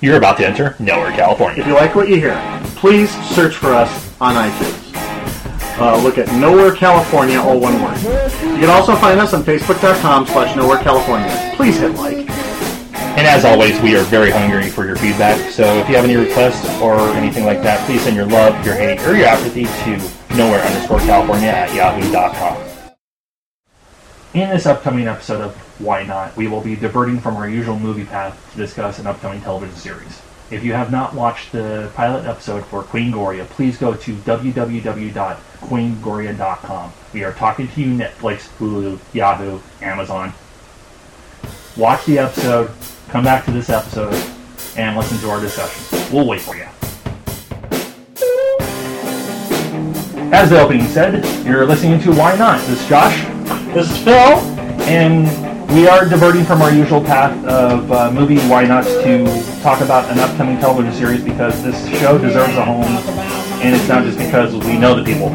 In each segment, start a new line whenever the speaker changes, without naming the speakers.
You're about to enter Nowhere, California.
If you like what you hear, please search for us on iTunes. Uh, look at Nowhere California, all one word. You can also find us on Facebook.com slash Nowhere California. Please hit like.
And as always, we are very hungry for your feedback. So if you have any requests or anything like that, please send your love, your hate, or your apathy to nowhere underscore California at yahoo.com. In this upcoming episode of Why Not, we will be diverting from our usual movie path to discuss an upcoming television series. If you have not watched the pilot episode for Queen Gloria, please go to www.queengoria.com. We are talking to you Netflix, Hulu, Yahoo, Amazon. Watch the episode, come back to this episode, and listen to our discussion. We'll wait for you. As the opening said, you're listening to Why Not. This is Josh. This is Phil. And we are diverting from our usual path of uh, movie Why Nots to talk about an upcoming television series because this show deserves a home. And it's not just because we know the people.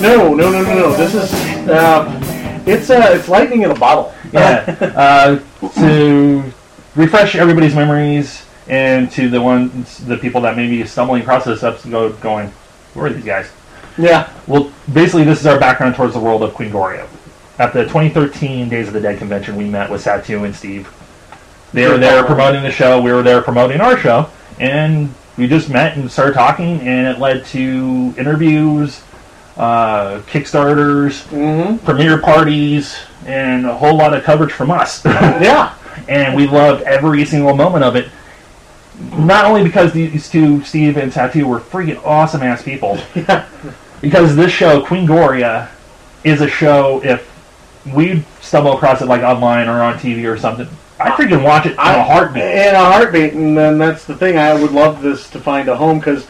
No, no, no, no, no. This is, uh, it's, uh, it's lightning in a bottle.
Yeah. uh, to refresh everybody's memories and to the ones, the people that may be stumbling across this episode going, who are these guys?
yeah.
Well, basically, this is our background towards the world of Queen Gloria. At the 2013 Days of the Dead convention, we met with Satu and Steve. They were there promoting the show. We were there promoting our show, and we just met and started talking, and it led to interviews, uh, kickstarters,
Mm-hmm.
premiere parties, and a whole lot of coverage from us.
Yeah.
and we loved every single moment of it. Not only because these two, Steve and Tattoo, were freaking awesome ass people, because this show, Queen Gloria, is a show. If we stumble across it like online or on TV or something, I freaking watch it in a heartbeat.
In a heartbeat, and then that's the thing. I would love this to find a home because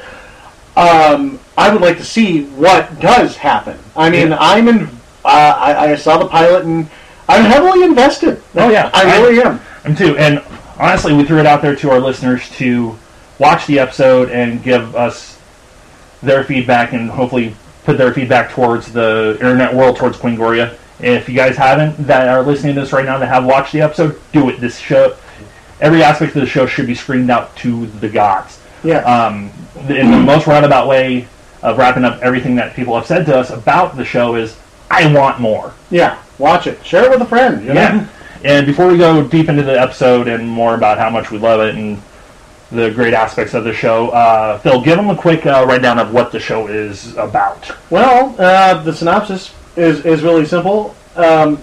um, I would like to see what does happen. I mean,
Yeah.
I'm in. Uh, I, I saw the pilot, and I'm heavily invested.
Oh, yeah.
I really am.
I'm too. And honestly, we threw it out there to our listeners to watch the episode and give us their feedback and hopefully put their feedback towards the internet world, towards Queen Gloria. If you guys haven't, that are listening to this right now that have watched the episode, do it. This show, every aspect of the show should be screened out to the gods.
Yeah.
Um, in the most roundabout way of wrapping up everything that people have said to us about the show is, I want more.
yeah. Watch it. Share it with a friend. You know?
Yeah. And before we go deep into the episode and more about how much we love it and the great aspects of the show, uh, Phil, give them a quick uh, rundown of what the show is about.
Well, uh, the synopsis is, is really simple. Um,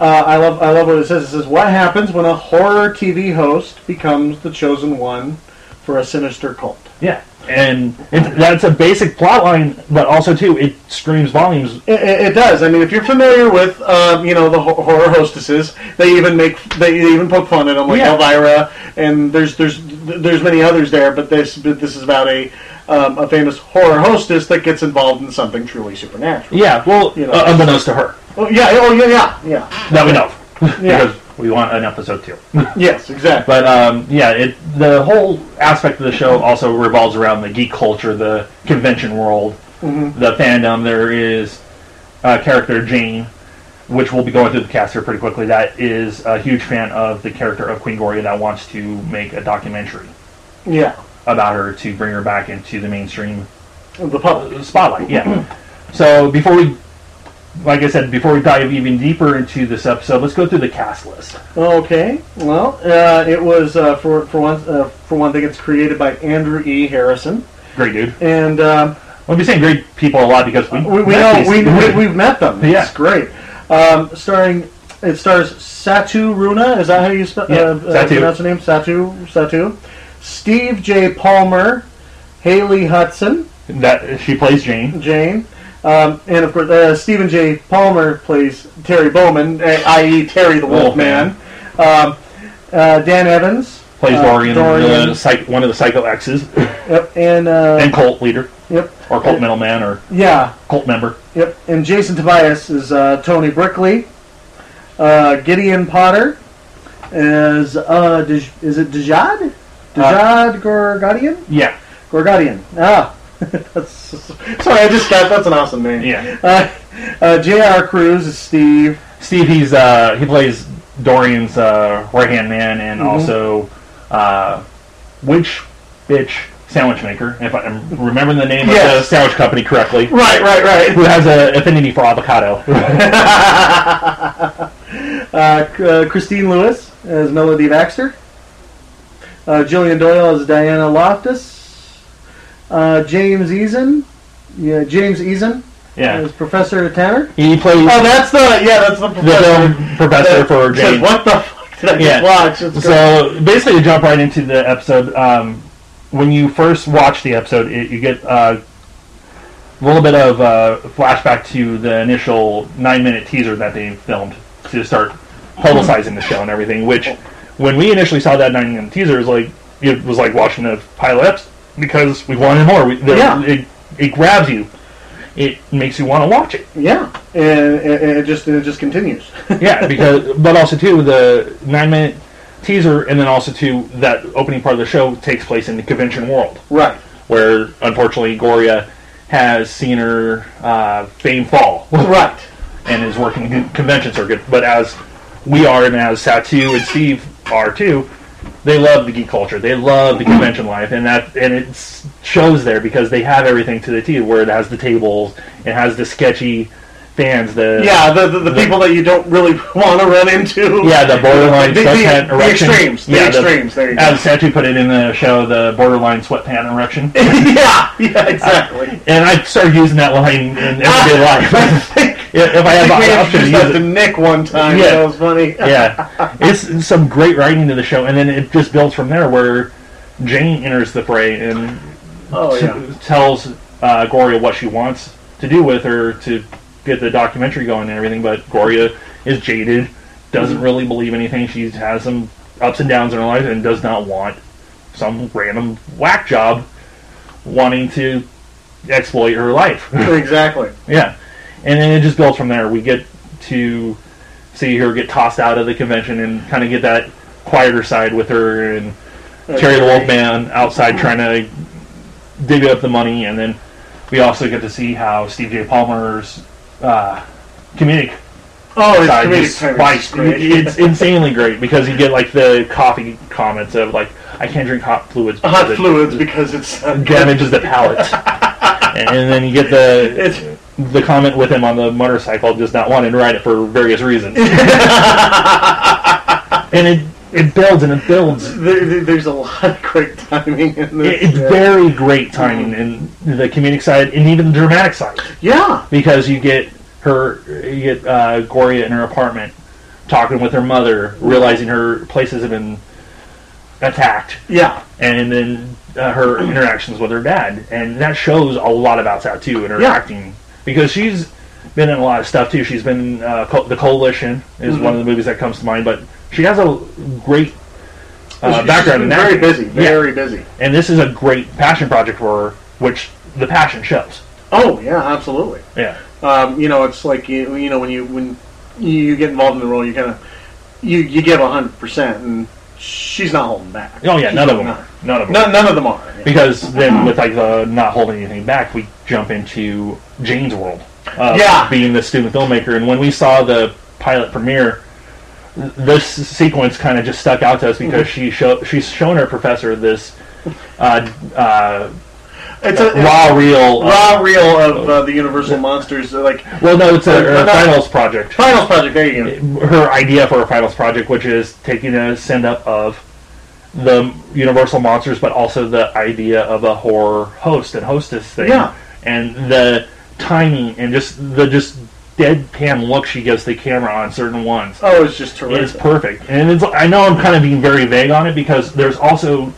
uh, I love I love what it says. It says what happens when a horror TV host becomes the chosen one for a sinister cult.
Yeah. And it, that's a basic plot line, but also, too, it screams volumes.
It, it, it does. I mean, if you're familiar with, um, you know, the ho- horror hostesses, they even make they even poke fun at them, like
Yeah.
Elvira, and there's there's there's many others there. But this but this is about a um, a famous horror hostess that gets involved in something truly supernatural.
Yeah, well,
You know.
uh, unbeknownst to her.
Oh yeah, oh yeah, yeah, yeah.
That we know. of.
Yeah.
because we want an episode, too.
Yes, exactly.
But um, yeah, it, the whole aspect of the show also revolves around the geek culture, the convention world,
Mm-hmm.
the fandom. There is a character Jane, which we'll be going through the cast here pretty quickly. That is a huge fan of the character of Queen Gloria that wants to make a documentary
Yeah,
about her to bring her back into the mainstream
the public.
spotlight. Yeah.
Mm-hmm.
so before we, like I said, before we dive even deeper into this episode, let's go through the cast list.
Okay. Well, uh, it was uh, for for one uh, for one thing, it's created by Andrew E. Harrison,
Great dude.
and. Um,
I'll be saying great people a lot because we
Uh, We, we
met
know
these-
we, we we've met them.
Yeah.
It's great. Um, starring it stars Satu Runa. Is that how you spell
Yeah,
uh, uh,
Satu.
pronounce the name? Satu Satu. Steve J. Palmer, Haley Hudson,
That she plays Jane.
Jane, um, and of course uh, Stephen J. Palmer plays Terry Bowman, a- i.e. Terry the Wolfman. Um, uh, Dan Evans
Plays
uh,
Dorian,
Dorian,
The psych, one of the psycho exes,
yep, and, uh,
and cult leader
yep,
or cult middleman or
yeah,
cult member.
Yep, and Jason Tobias is uh, Tony Brickley. Uh, Gideon Potter is uh, Dij- is it Dejad? Dejad Gorgadian?
Yeah,
Gorgadian. Ah, that's, sorry, I just got that's an awesome name.
yeah.
Uh, uh, J.R. Cruz is Steve.
Steve, he's
Mm-hmm.
uh, he plays Dorian's uh, right hand man and also uh, witch bitch sandwich maker, if I'm remembering the name of
Yes.
the sandwich company correctly,
Right, right, right.
who has an affinity for avocado.
Uh, C- uh, Christine Lewis as Melody Baxter. Uh, Jillian Doyle as Diana Loftus. Uh, James Eason. Yeah, James Eason
yeah,
as Professor Tanner.
he plays
Oh, that's the yeah, that's the
the
professor.
film professor for
It's like,
James.
what the fuck did I
Yeah.
just watch? It's great.
So basically, to jump right into the episode, um, when you first watch the episode, it, you get uh, a little bit of uh, flashback to the initial nine-minute teaser that they filmed to start publicizing the show and everything. Which, when we initially saw that nine-minute teaser, it was like it was like watching a pile of eps because we wanted more. We, the,
Yeah.
it, it grabs you. It makes you want to watch it.
yeah, and, and and it just and it just continues.
yeah, because but also too the nine minute teaser, and then also too that opening part of the show takes place in the convention world,
right.
where unfortunately Gloria has seen her uh, fame fall
Right.
and is working the convention circuit. But as we are, and as Satu and Steve are too, they love the geek culture. They love the convention life, and that and it s- shows there because they have everything to the T. Where it has the tables, it has the sketchy fans, the
Yeah, the, the, the people that you don't really want to run into.
Yeah, the borderline
The- the-
sweatpant
the
erection.
extremes, the
yeah,
extremes, there you go.
As Satu put it in the show, the borderline sweatpant erection.
yeah, yeah, exactly.
and I started using that line in everyday life. Yeah, if I
I
had
think we
the option to
introduced that
use
to
it.
Nick one time.
Yeah.
That was funny.
Yeah. It's some great writing to the show, and then it just builds from there where Jane enters the fray and
Oh,
t-
yeah.
tells uh, Gloria what she wants to do with her to get the documentary going and everything, but Gloria is jaded, doesn't
Mm-hmm.
really believe anything. She has some ups and downs in her life and does not want some random whack job wanting to exploit her life.
Exactly.
yeah. And then it just builds from there. We get to see her get tossed out of the convention and kind of get that quieter side with her and Terry the Wolfman outside trying to dig up the money, and then we also get to see how Steve J. Palmer's uh, comedic
Oh, his
side
comedic
just
timing is
spikes.
great.
It's insanely great because you get like the coffee comments of like, "I can't drink hot fluids
Hot
because
fluids because it's uh,
it damages the palate," and, then you get the
it's
the comment with him on the motorcycle just not wanting to ride it for various reasons, and it it builds and it builds.
there, there- there's a lot of great timing in
It-
this.
It's
yeah.
very great timing in the comedic side and even the dramatic side
yeah,
because you get her, you get uh, Gloria in her apartment talking with her mother, realizing her places have been attacked,
yeah,
and then uh, her interactions with her dad, and that shows a lot about that too, and her
Yeah.
acting because she's been in a lot of stuff too. She's been uh, co- the Coalition is
Mm-hmm.
one of the movies that comes to mind, but she has a great
She's
uh,
just
background
been
in that.
Very busy.
Yeah
Very busy.
and this is a great passion project for her, which the passion shows.
Oh yeah, absolutely.
Yeah,
um, you know, it's like you, you know when you when you get involved in the role, you kind of you you give hundred percent, and she's not holding back.
Oh yeah,
She's
none of them.
not-
Are. None of them.
None, none of them are. Yeah.
Because then, with like the not holding anything back, we jump into Jane's world. Of
Yeah.
Being the student filmmaker, and when we saw the pilot premiere, this sequence kind of just stuck out to us because
Mm-hmm.
she show, she's shown her professor this uh, uh,
It's a it's
raw reel.
a raw reel of uh, the Universal Monsters, uh, like
well, no, it's a,
No,
a
no.
finals project.
Finals Project. There you go.
her idea for a finals project, which is taking a send up of the Universal monsters, but also the idea of a horror host and hostess thing,
Yeah.
and the timing and just the just deadpan look she gives the camera on certain ones
Oh, it's just
is
terrific.
perfect. And it's I know I'm kind of being very vague on it because there's also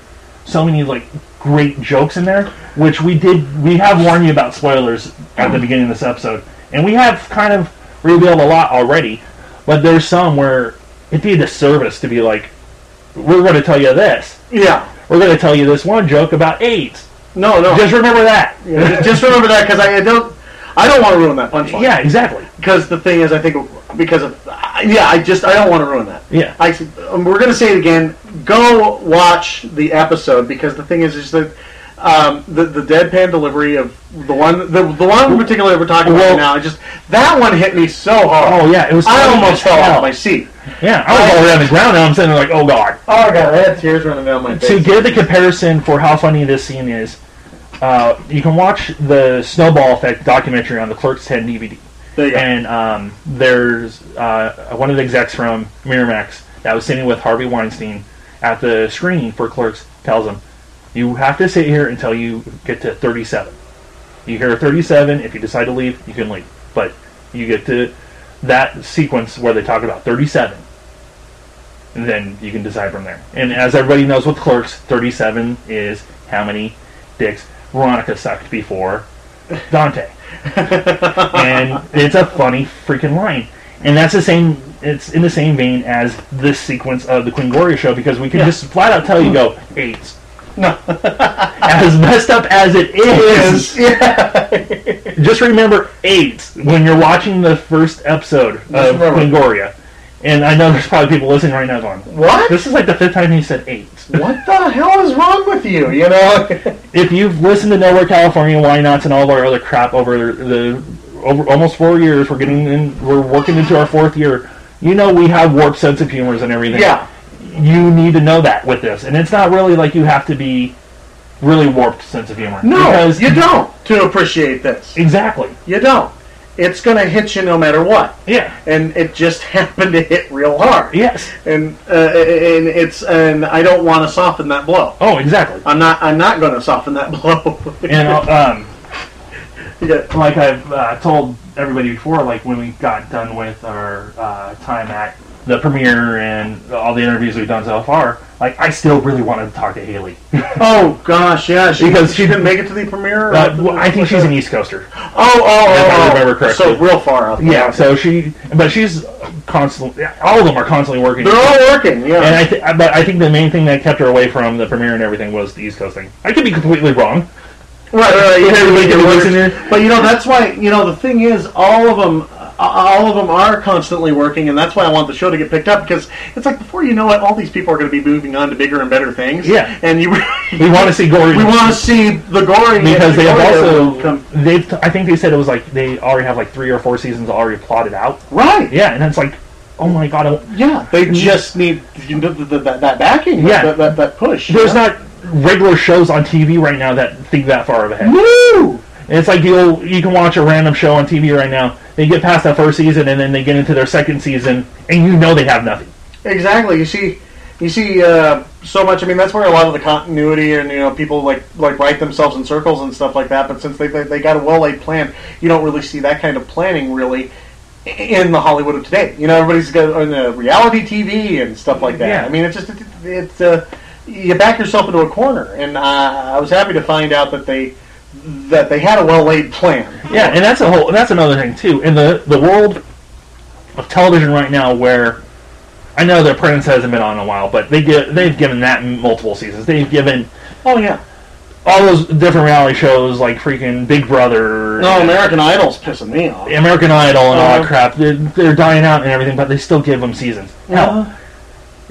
so many like great jokes in there, which we did we have warned you about spoilers at the beginning of this episode, and we have kind of revealed a lot already. But there's some where it'd be a disservice to be like, we're going to tell you this.
Yeah.
We're going to tell you this one joke about AIDS.
No, no.
Just remember that.
Yeah, just, just remember that because I, I don't. I don't want to ruin that punchline.
Yeah, exactly.
Because the thing is, I think because of I- yeah, I just I don't want to ruin that.
Yeah.
I um, we're gonna say it again. Go watch the episode because the thing is, is that Um, the the deadpan delivery of the one the, the one in particular that we're talking about
Well-
now, it just that one hit me so hard.
Oh, yeah, it was
I
funny
almost
as
fell
hell.
off my seat.
Yeah, I was all the way on the ground, and I'm sitting there like, oh god.
Oh god, I had tears running down my
to give the comparison for how funny this scene is, uh, you can watch the Snowball Effect documentary on the Clerks 10 DVD.
There you go.
And um, there's uh, one of the execs from Miramax that was sitting with Harvey Weinstein at the screening for Clerks tells him, You have to sit here until you get to 37. You hear 37, if you decide to leave, you can leave. But you get to that sequence where they talk about 37 and then you can decide from there. And as everybody knows with Clerks, 37 is how many dicks Veronica sucked before Dante. and it's a funny freaking line. And that's the same. It's in the same vein as this sequence of the Queen Gloria show because we can just flat out tell you go eight. No. as messed up as it is, just remember eight when you're watching the first episode of
remember.
Queen Gloria. And I know there's probably people listening right now going,
What?
This is like the fifth time he said eight.
what the hell is wrong with you? You know?
If you've listened to Nowhere California, Why Nots, and all of our other crap over the over almost four years, we're getting in, we're working into our fourth year. You know we have warped sense of humors and everything.
yeah.
You need to know that with this, and it's not really like you have to be really warped sense of humor.
No,
because
you don't to appreciate this.
exactly.
You don't. It's gonna hit you no matter what,
Yeah.
and it just happened to hit real hard.
Yes.
And uh, and it's and I don't want to soften that blow.
Oh, exactly.
I'm not. I'm not going to soften that blow.
And uh, um.
Yeah.
like I've uh, told everybody before, like when we got done with our uh, time at the premiere and all the interviews we've done so far, like I still really wanted to talk to Haley.
oh gosh, yeah. She,
Because-
she didn't make it to the premiere. or-
Uh, well, I think she's an East Coaster.
Oh, oh, oh,
If I
oh.
remember correctly.
So real far up.
Yeah, so she, but she's constantly. All of them are constantly working.
They're all working. Yeah.
and I thi- but I think the main thing that kept her away from the premiere and everything was the East Coast thing. I could be completely wrong.
Right, right, right. yeah,
Everybody
yeah,
can
yeah,
listen
we're-
in.
But you know, that's why you know the thing is, all of them, all of them are constantly working, and that's why I want the show to get picked up because it's like before you know it, all these people are going to be moving on to bigger and better things.
Yeah.
and you,
We want to see Gordon.
we want to see the gory
because
the
they have
gory
also
come-
they've. I think they said it was like they already have like three or four seasons already plotted out.
right.
Yeah, and it's like, oh my god, I-
Yeah, they just need you know, th- th- that, that backing,
Yeah.
that, that, that push. you
there's
know?
not regular shows on TV right now that think that far ahead.
Woo!
It's like you you can watch a random show on TV right now. They get past that first season and then they get into their second season, and you know they have nothing.
Exactly. You see, you see uh, so much. I mean, that's where a lot of the continuity and you know people like like write themselves in circles and stuff like that. But since they they, they got a well laid plan, you don't really see that kind of planning really i- in the Hollywood of today. You know, everybody's got on uh, reality TV and stuff like that.
Yeah.
I mean, it's just it- it's uh, you back yourself into a corner. And uh, I was happy to find out that they that they had a well laid plan.
Yeah, and that's a whole that's another thing too. In the the world of television right now, where I know The Apprentice hasn't been on in a while, but they get they've given that multiple seasons. They've given
Oh yeah.
all those different reality shows like freaking Big Brother.
No, American Idol's pissing me off.
American Idol and all that
Uh-huh.
crap. They're, they're dying out and everything, but they still give them seasons. Hell,
Uh,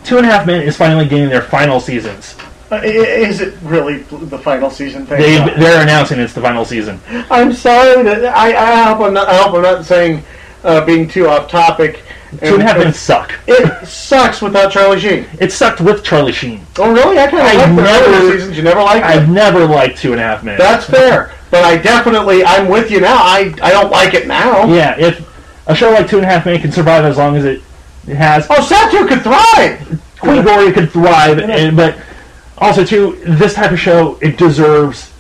Two and a Half Men is finally getting their final seasons.
Uh, i- is it really the final season thing?
They, they're announcing it's the final season.
I'm sorry. That, I, I hope I'm not. I hope I'm not saying uh, being too off topic.
Two and a Half Men
it,
suck.
it sucks without Charlie Sheen.
It sucked with Charlie Sheen.
Oh really? I kind
I
of like the
never-
earlier seasons. You never liked
I've
it.
never liked Two and a Half Men.
That's fair. But I definitely I'm with you now. I I don't like it now.
yeah, if a show like Two and a Half Men can survive as long as it, it has,
Oh, Satu could thrive.
Queen Gloria could thrive, and, but also, too, this type of show, it deserves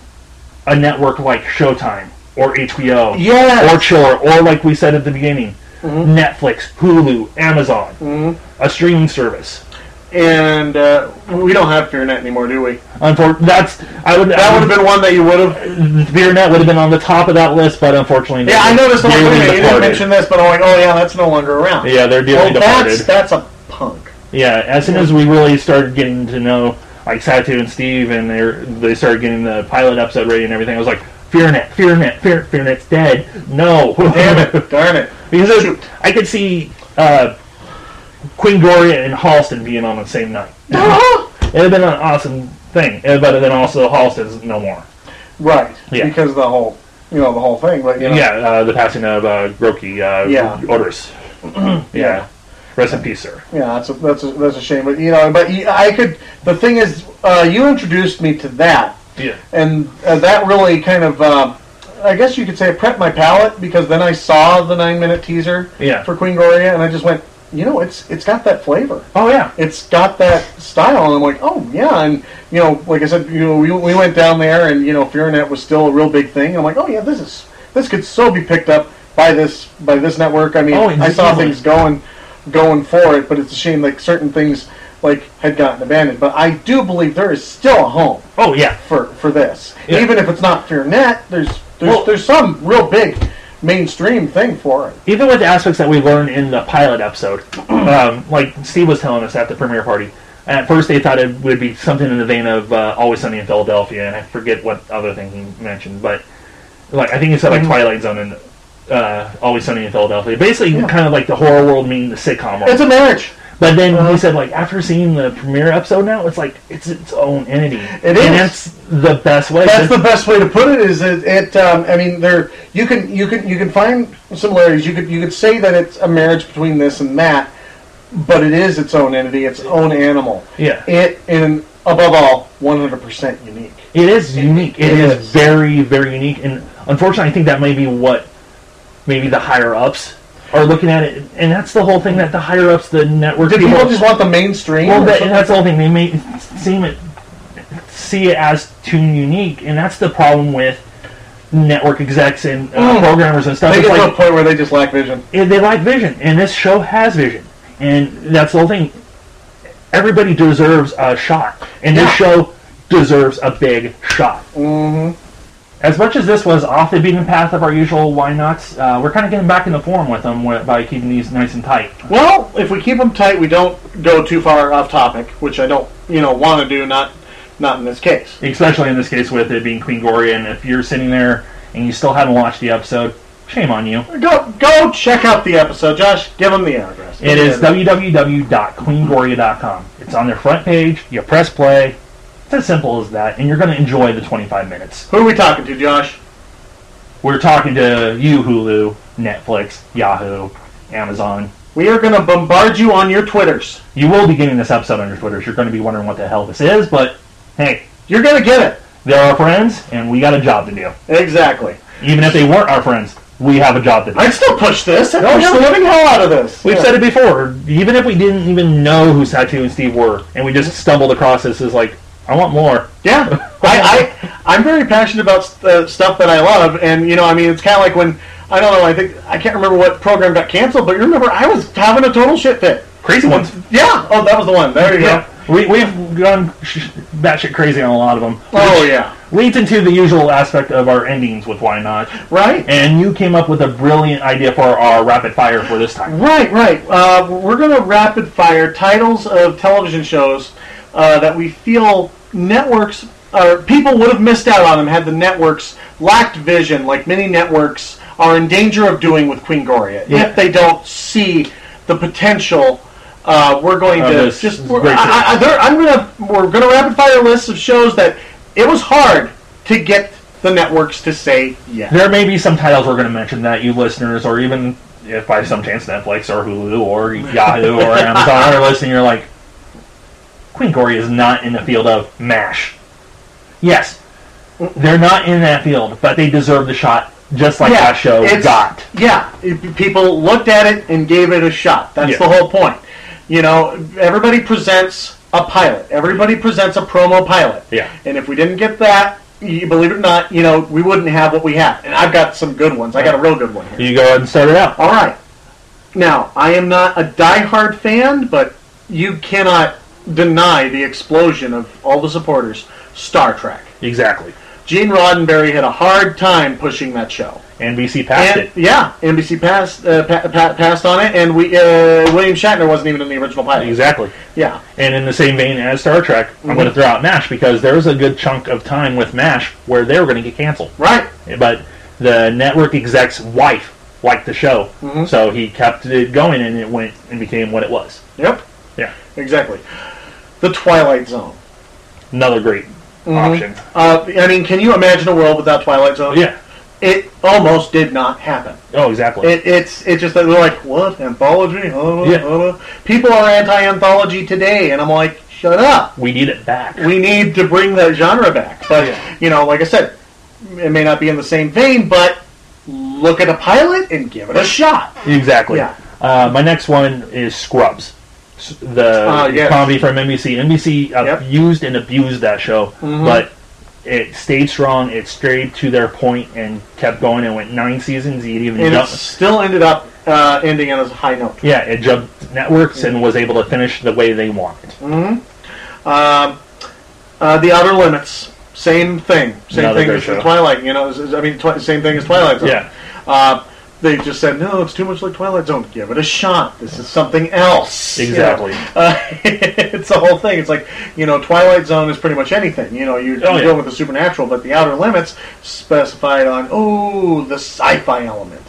a network like Showtime or HBO.
Yes.
or Chiller, or like we said at the beginning, Netflix, Hulu, Amazon, a streaming service.
And uh, we don't have Fearnet anymore, do we?
Unfor- that's I would
That would have been one that you would have.
been Beernet would have been on the top of that list, but unfortunately,
Yeah, I noticed. I'm like,
dearly
wait a minute, you didn't
departed.
mention this, but I'm like, oh yeah, that's no longer around.
Yeah, they're dearly
Well,
departed.
that's that's a punk.
Yeah, as soon as we really started getting to know like Satu and Steve, and they are they started getting the pilot episode ready and everything, I was like, Fearnet, Fearnet, Fear, Fearnet's dead. No,
Damn it! Darn it!
Because it-
Shoot.
I could see uh, Queen Gloria and Halston being on the same night.
Ah!
It would have been an awesome thing. And- But then also Hall says no more.
Right.
Yeah.
Because of the whole, you know, the whole thing. But you know,
Yeah, uh, the passing of uh, Groki. Uh,
Yeah.
Odorous. yeah. Rest in peace, sir.
yeah, that's a, that's a, that's a shame. But you know, but you- I could. The thing is, uh, you introduced me to that,
Yeah.
and uh, that really kind of, uh, I guess you could say, prepped my palate because then I saw the nine minute teaser
Yeah.
for Queen Gloria, and I just went, you know, it's it's got that flavor.
Oh yeah.
it's got that style, and I'm like, oh yeah, and you know, like I said, you know, we, we went down there, and you know, Fearnet was still a real big thing. I'm like, oh yeah, this is this could so be picked up by this by this network. I mean,
Oh,
I saw
easily.
things going going for it, but it's a shame like certain things like had gotten abandoned. But I do believe there is still a home
Oh yeah.
for for this,
Yeah.
even if it's not Fearnet. There's there's
Well-
there's some real big mainstream thing for it.
even with the aspects that we learned in the pilot episode, um, like Steve was telling us at the premiere party, at first they thought it would be something in the vein of uh, Always Sunny in Philadelphia, and I forget what other thing he mentioned, but like I think he said
Mm-hmm.
like Twilight Zone and uh, Always Sunny in Philadelphia, basically kind of like the horror world meeting the sitcom world.
It's Uh-huh. a marriage.
but then he said like after seeing the premiere episode now, it's like it's its own entity, and
is.
that's the best way.
That's the best way to put it. Is it? it um, I mean, there you can you can you can find similarities. You could you could say that it's a marriage between this and that, but it is its own entity, its own animal.
Yeah.
It and above all, one hundred percent unique.
It is unique. it
it
is,
is.
very, very unique. And unfortunately, I think that may be what maybe the higher ups are looking at it. And that's the whole thing that the higher ups, the network
Do people just want the mainstream?
well,
or
that,
something?
that's the whole thing. They may seem it, see it as too unique, and that's the problem with network execs and uh,
Mm.
programmers and stuff.
they
It's
get
like-
to a point where they just lack vision.
yeah, they like vision, and this show has vision, and that's the whole thing. Everybody deserves a shot, and
Yeah.
this show deserves a big shot. Mm-hmm. As much as this was off the beaten path of our usual why nots, uh, we're kind of getting back in the form with them wi- by keeping these nice and tight.
Well, if we keep them tight, we don't go too far off topic, which I don't you know want to do. Not not in this case.
Especially in this case with it being Queen Gloria, and if you're sitting there and you still haven't watched the episode, shame on you.
Go go check out the episode, Josh. Give them the address.
It is www.queengoria.com. It's on their front page. You press play. It's as simple as that, and you're going to enjoy the 25 minutes.
Who are we talking to, Josh?
We're talking to you, Hulu, Netflix, Yahoo, Amazon.
We are going to bombard you on your Twitters.
You will be getting this episode on your Twitters. You're going to be wondering what the hell this is, but hey,
You're going to get
they're our friends, and we got a job to do.
it. Exactly.
Even if they weren't our friends, we have a job to do.
I'd still push this. I'd
No,
push
yeah.
the living hell out of this.
We've
Yeah.
said it before. Even if we didn't even know who Satu and Steve were, and we just stumbled across this, is like, I want more.
Yeah. I, I, I'm very passionate about uh, stuff that I love. And, you know, I mean, it's kind of like when, I don't know, I think, I can't remember what program got canceled, but you remember I was having a total shit fit.
Crazy ones.
Yeah. Oh, that was the one. There you
Yeah.
go.
We, we've gone sh- batshit crazy on a lot of them.
Oh, yeah.
Leads into the usual aspect of our endings with Why Not.
Right?
And you came up with a brilliant idea for our rapid fire for this time.
Right, right. Uh, we're going to rapid fire titles of television shows uh, that we feel networks or people would have missed out on them had the networks lacked vision, like many networks are in danger of doing with Queen Gloria
Yeah.
if they don't see the potential. Uh, we're going
Uh,
to
this
just
is
we're,
great
I, I, there, I'm gonna we're gonna rapid fire lists of shows that it was hard to get the networks to say yes.
There may be some titles we're going to mention that you listeners, or even if by some chance Netflix or Hulu or Yahoo or Amazon are listening, you're like, Queen Gloria is not in the field of MASH. Yes, they're not in that field, but they deserve the shot just like that show
it's-
got.
Yeah, it- people looked at it and gave it a shot. That's
Yeah.
the whole point. You know, everybody presents a pilot. Everybody presents a promo pilot.
Yeah.
And if we didn't get that, you, believe it or not, you know, we wouldn't have what we have. And I've got some good ones. I got a real good one here.
You go ahead and start it out.
All right. Now, I am not a diehard fan, but you cannot deny the explosion of all the supporters. Star Trek.
Exactly.
Gene Roddenberry had a hard time pushing that show.
NBC passed
And,
it.
yeah, NBC passed uh, pa- pa- passed on it, and we uh, William Shatner wasn't even in the original pilot.
Exactly.
Yeah,
And in the same vein as Star Trek, I'm
Mhm.
going to throw out MASH because there was a good chunk of time with MASH where they were going to get canceled.
right.
But the network exec's wife liked the show,
Mm-hmm.
so he kept it going and it went and became what it was.
Yep,
Yeah.
exactly. The Twilight Zone.
another great option. Oh,
Uh, I mean, can you imagine a world without Twilight Zone?
Yeah.
It almost did not happen.
Oh, exactly.
It, it's it's just that they're like, what anthology? Uh,
Yeah.
uh." People are anti-anthology today, and I'm like, shut up.
we need it back.
We need to bring that genre back. But
Yeah.
you know, like I said, it may not be in the same vein, but look at a pilot and give it a shot.
Exactly.
Yeah.
Uh, my next one is Scrubs, S- the
Ah, yes.
comedy from NBC. NBC
Yep. Mm-hmm.
abused uh, and abused that show, but it stayed strong. It stayed to their point and kept going. and went nine seasons. It even
And it
jumped.
still ended up uh, ending on a high note.
Yeah, it jumped networks and was able to finish the way they wanted.
Mm-hmm. Um, uh, the Outer Limits, same thing, same
Another
thing
great
as
show.
Twilight. You know, is- is- I mean, twi- same thing as Twilight Zone.
Yeah.
Uh, they just said, no, it's too much like Twilight Zone. Give it a shot. This is something else. you know.
Exactly.
Uh, it's the whole thing. It's like you know, Twilight Zone is pretty much anything. You know, you,
Oh,
you
yeah.
go with the supernatural, but the Outer Limits specified on oh the sci-fi element.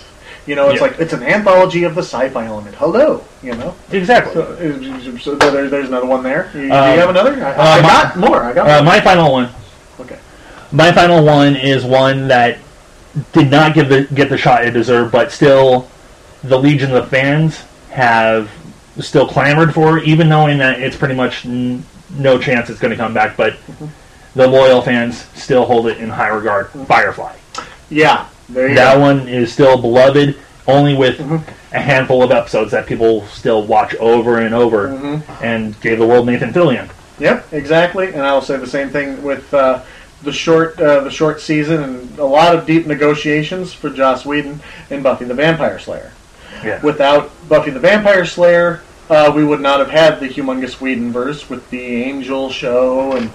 You know, it's
Yeah.
like it's an anthology of the sci-fi element. Hello, you know.
Exactly.
So, is- so there, there's another one there. You, do you
Um,
have another? I, I
uh, my-
got more. I got
Uh, my final one.
more. Okay.
My final one is one that did not give the get the shot it deserved, but still, the legion of fans have still clamored for, it, even knowing that it's pretty much n- no chance it's going to come back. But
Mm-hmm.
the loyal fans still hold it in high regard. Firefly.
Yeah. Mm-hmm. There you
That
go.
one is still beloved, only with a handful of episodes that people still watch over and over,
Mm-hmm.
and gave the world Nathan Fillion.
Yep. Exactly. And I will say the same thing with uh, the short uh, the short season and a lot of deep negotiations for Joss Whedon and Buffy the Vampire Slayer.
Yeah.
Without Buffy the Vampire Slayer, uh, we would not have had the humongous Whedonverse with the Angel show and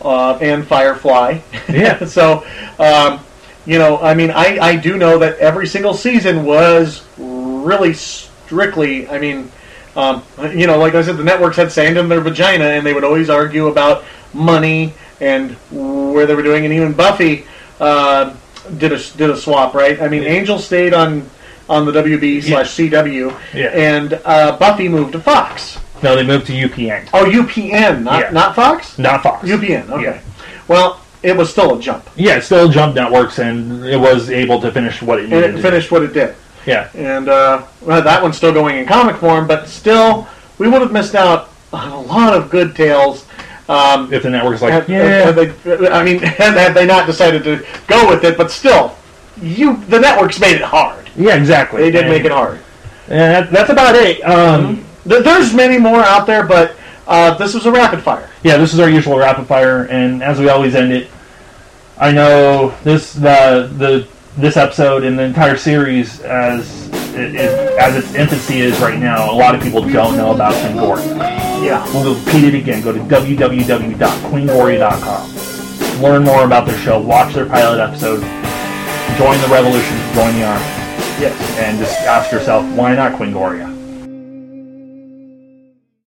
uh, and Firefly.
Yeah.
so, um, you know, I mean, I, I do know that every single season was really strictly, I mean, um, you know, like I said, the networks had sand in their vagina, and they would always argue about money and where they were doing, and even Buffy uh, did a did a swap, right? I mean, Angel stayed on on the WB slash CW,
Yeah.
and uh, Buffy moved to Fox.
No, they moved to UPN,
Oh, UPN, not
Yeah.
not Fox.
not Fox.
UPN. Okay.
Yeah.
Well, it was still a jump,
Yeah, it's still Jump Networks, and it was able to finish what it
and
needed.
it finished what it did.
To. Yeah,
And uh, well, that one's still going in comic form, but still, we would have missed out on a lot of good tales. Um,
if the network's like,
had,
yeah,
had they, I mean, had, had they not decided to go with it, but still, you the networks made it hard.
yeah, exactly.
They did
And-
make it Mm-hmm. hard.
And that, that's about it. Um,
There- There's many more out there, but uh, this was a rapid fire.
Yeah, this is our usual rapid fire, and as we always end it, I know this the the this episode and the entire series as it, it, as its infancy is right now. A lot of people don't know about Queen Gory.
Yeah,
We'll repeat it again. Go to www.queengory.com. Learn more about their show. Watch their pilot episode. Join the revolution. Join the army.
yes,
and just ask yourself, why not Queen Gloria?